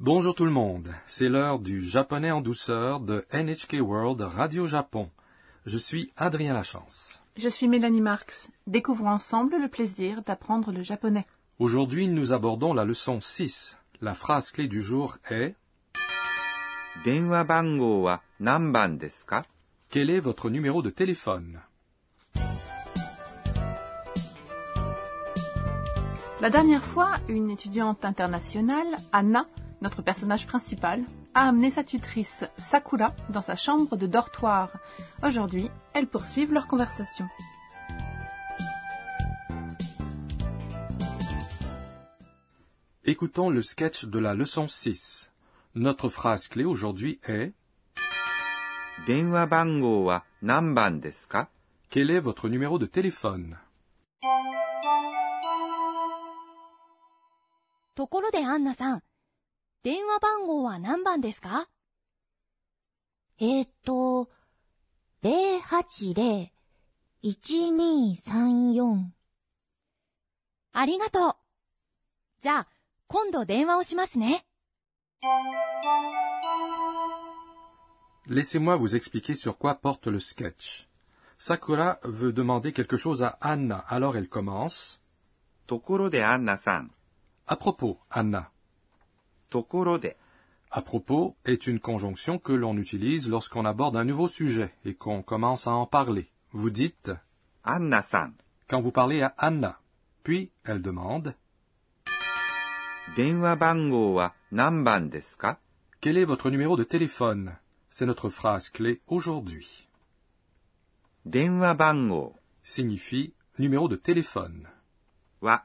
Bonjour tout le monde, c'est l'heure du japonais en douceur de NHK World Radio Japon. Je suis Adrien Lachance. Je suis Mélanie Marx. Découvrons ensemble le plaisir d'apprendre le japonais. Aujourd'hui, nous abordons la leçon 6. La phrase clé du jour est 電話番号は何番ですか Quel est votre numéro de téléphone La dernière fois, une étudiante internationale, Anna, notre personnage principal, a amené sa tutrice, Sakura, dans sa chambre de dortoir. Aujourd'hui, elles poursuivent leur conversation. Écoutons le sketch de la leçon 6. Notre phrase clé aujourd'hui est 電話番号は何番ですか Quel est votre numéro de téléphone ところでアンナさん、電話番号は何番ですかえーっと、080-1234。ありがとう。じゃあ、今度電話をしますね。 Laissez-moi vous expliquer sur quoi porte le sketch. Sakura veut demander quelque chose à Anna, alors elle commence ところでアンナさん、 À propos, Anna. ところで À propos est une conjonction que l'on utilise lorsqu'on aborde un nouveau sujet et qu'on commence à en parler. Vous dites アンナさん、 quand vous parlez à Anna. Puis elle demande 電話番号は何番ですか Quel est votre numéro de téléphone C'est notre phrase clé aujourd'hui. 電話番号 Signifie numéro de téléphone は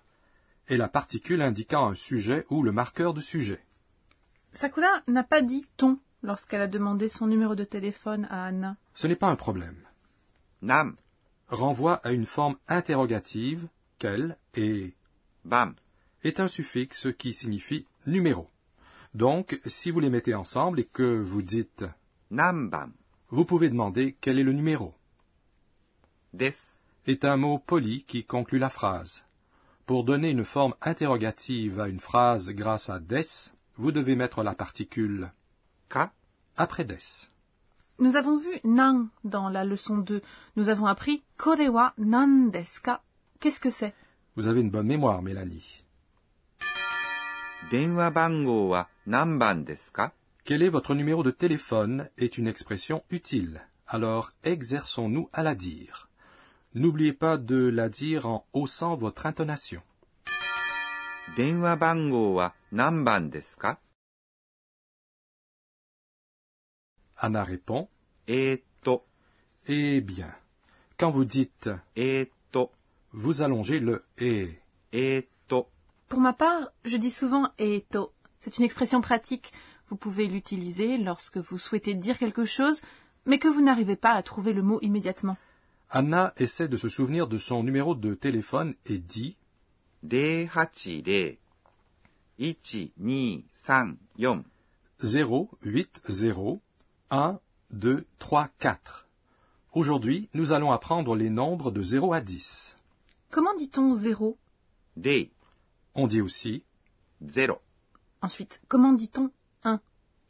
et la particule indiquant un sujet ou le marqueur de sujet. Sakura n'a pas dit ton lorsqu'elle a demandé son numéro de téléphone à Anna. Ce n'est pas un problème. 何 Renvoie à une forme interrogative, quel et 番。 est un suffixe qui signifie numéro. Donc, si vous les mettez ensemble et que vous dites 何番 Vous pouvez demander quel est le numéro です。 est un mot poli qui conclut la phrase. Pour donner une forme interrogative à une phrase grâce à des, vous devez mettre la particule か après des. Nous avons vu nan dans la leçon 2. Nous avons appris korewa nan desu ka. Qu'est-ce que c'est Vous avez une bonne mémoire, Mélanie. 電話番号は何番ですか Quel est votre numéro de téléphone est une expression utile. Alors exerçons-nous à la dire. N'oubliez pas de la dire en haussant votre intonation. 電話番号は何番ですか Anna répond えー、っと、 Eh bien. Quand vous dites えー、っと、 vous allongez le et. えー、っと、 Pour ma part, je dis souvent eto. C'est une expression pratique. Vous pouvez l'utiliser lorsque vous souhaitez dire quelque chose, mais que vous n'arrivez pas à trouver le mot immédiatement. Anna essaie de se souvenir de son numéro de téléphone et dit 080-1234 0 8 0 1 2 3 4. Aujourd'hui, nous allons apprendre les nombres de 0 à 10. Comment dit-on zéro 0 On dit aussi 0 Ensuite, comment dit-on 1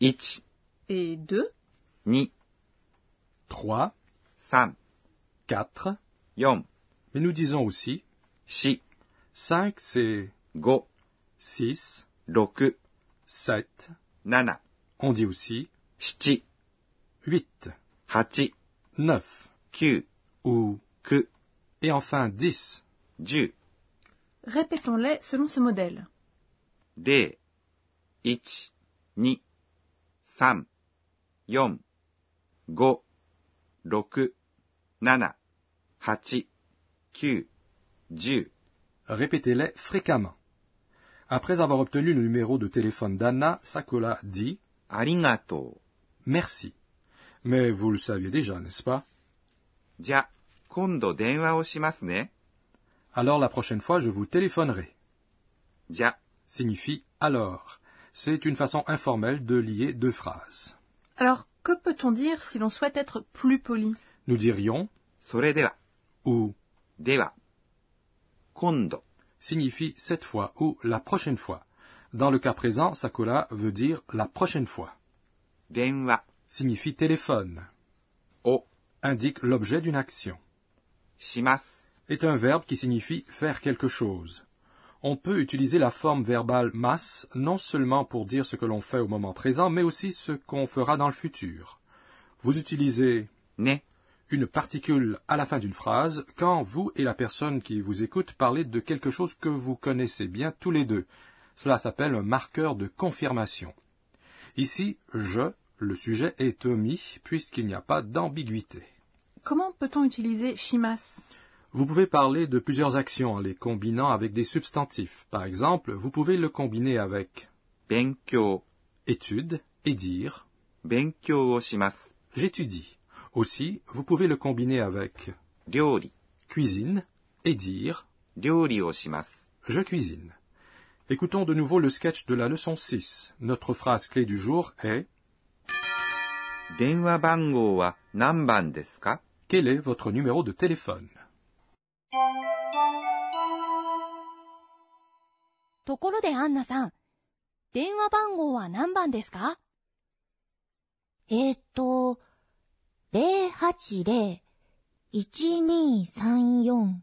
1 et 2 2 3, 3 4, 4 mais nous disons aussi 4 5 c'est 5 6, 6 7, 7 on dit aussi 7 8, eight 9 9 ou 9 et enfin 10. 10 Répétons-les selon ce modèle. 0 1 2 3 4 5 6 7 8 9 10 Répétez-les fréquemment. Après avoir obtenu le numéro de téléphone d'Anna, Sakola dit ありがとう。 Merci. Mais vous le saviez déjà, n'est-ce pas じゃ、今度電話をしますね。 Alors la prochaine fois, je vous téléphonerai. じゃ、 Signifie alors. C'est une façon informelle de lier deux phrases. Alors, que peut-on dire si l'on souhaite être plus poli Nous dirions それでは、 ou では、今度、 signifie cette fois ou la prochaine fois. Dans le cas présent, Sakura veut dire la prochaine fois. 電話 Signifie téléphone. Oh, を Indique l'objet d'une action. します。 Est un verbe qui signifie faire quelque chose. On peut utiliser la forme verbale mas non seulement pour dire ce que l'on fait au moment présent, mais aussi ce qu'on fera dans le futur. Vous utilisez ね。 une particule à la fin d'une phrase quand vous et la personne qui vous écoute parlez de quelque chose que vous connaissez bien tous les deux. Cela s'appelle un marqueur de confirmation. Ici, je, le sujet est omis puisqu'il n'y a pas d'ambiguïté. Comment peut-on utiliser shimas Vous pouvez parler de plusieurs actions en les combinant avec des substantifs. Par exemple, vous pouvez le combiner avec 勉強。 étude et dire 勉強をします。 j'étudie. Aussi, vous pouvez le combiner avec 料理。 cuisine et dire 料理をします。 Je cuisine. Écoutons de nouveau le sketch de la leçon 6. Notre phrase clé du jour est 電話番号は何番ですか Quel est votre numéro de téléphone ところでアンナさん、電話番号は何番ですかえーっと、080-1234。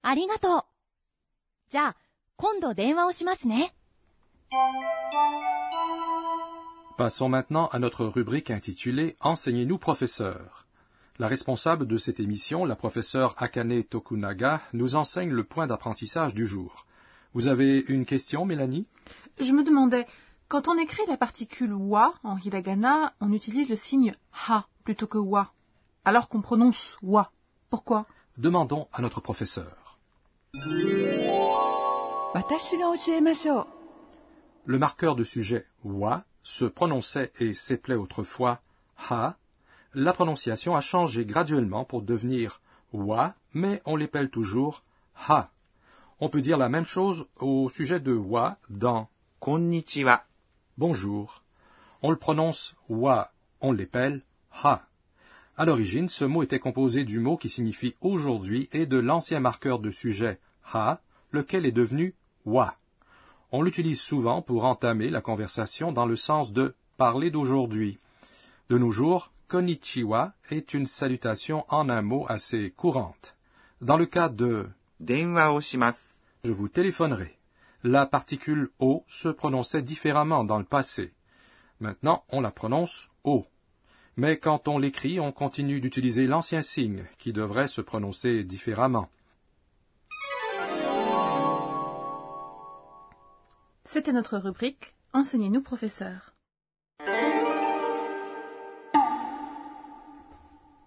ありがとう。じゃあ、今度電話をしますね。 Passons maintenant à notre rubrique intitulée Enseignez-nous, professeur. La responsable de cette émission, la professeure Akane Tokunaga, nous enseigne le point d'apprentissage du jour. Vous avez une question, Mélanie Je me demandais, quand on écrit la particule wa en hiragana, on utilise le signe ha plutôt que wa, alors qu'on prononce wa. Pourquoi Demandons à notre professeur. Le marqueur de sujet wa se prononçait et s'appelait autrefois ha. La prononciation a changé graduellement pour devenir wa, mais on l'épelle toujours ha. On peut dire la même chose au sujet de wa dans こんにちは。 bonjour. On le prononce wa, on l'épelle ha. À l'origine, ce mot était composé du mot qui signifie aujourd'hui et de l'ancien marqueur de sujet ha, lequel est devenu wa. On l'utilise souvent pour entamer la conversation dans le sens de parler d'aujourd'hui. De nos jours, konnichiwa est une salutation en un mot assez courante. Dans le cas de 電話をします。 je vous téléphonerai. La particule O se prononçait différemment dans le passé. Maintenant, on la prononce O. Mais quand on l'écrit, on continue d'utiliser l'ancien signe, qui devrait se prononcer différemment. C'était notre rubrique Enseignez-nous, professeur.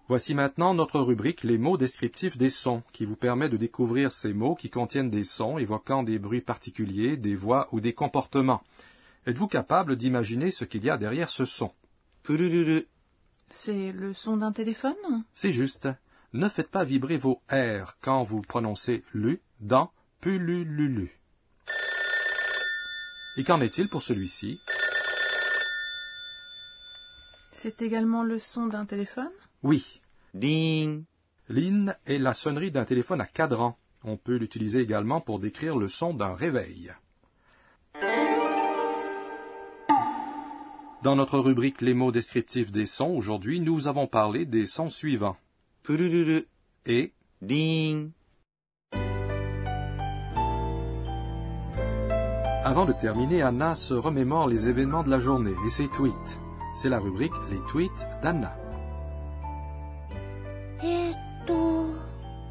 Voici maintenant notre rubrique Les mots descriptifs des sons, qui vous permet de découvrir ces mots qui contiennent des sons évoquant des bruits particuliers, des voix ou des comportements. Êtes-vous capable d'imaginer ce qu'il y a derrière ce son? プルルル。 C'est le son d'un téléphone C'est juste. Ne faites pas vibrer vos R quand vous prononcez lu dans pulululu. Et qu'en est-il pour celui-ci C'est également le son d'un téléphone Oui, リーン。 l'in est la sonnerie d'un téléphone à cadran. On peut l'utiliser également pour décrire le son d'un réveil. Dans notre rubrique Les mots descriptifs des sons, aujourd'hui, nous avons parlé des sons suivants. プルルル。 Et リーン。 Avant de terminer, Anna se remémore les événements de la journée et ses tweets. C'est la rubrique Les tweets d'Anna. えーっと、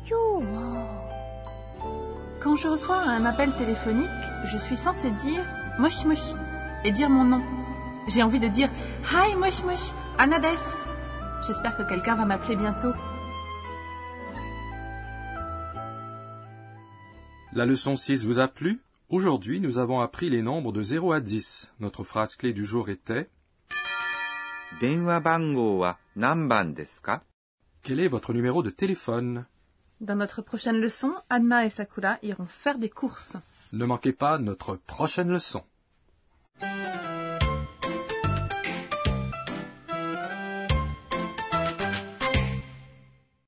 今日は、 Quand je reçois un appel téléphonique, je suis censée dire moshi moshi et dire mon nom. J'ai envie de dire Hi moshi moshi, Anna des. J'espère que quelqu'un va m'appeler bientôt. La leçon 6 vous a plu Aujourd'hui, nous avons appris les nombres de 0 à 10. Notre phrase clé du jour était 電話番号は何番ですか Quel est votre numéro de téléphone Dans notre prochaine leçon, Anna et Sakura iront faire des courses. Ne manquez pas notre prochaine leçon.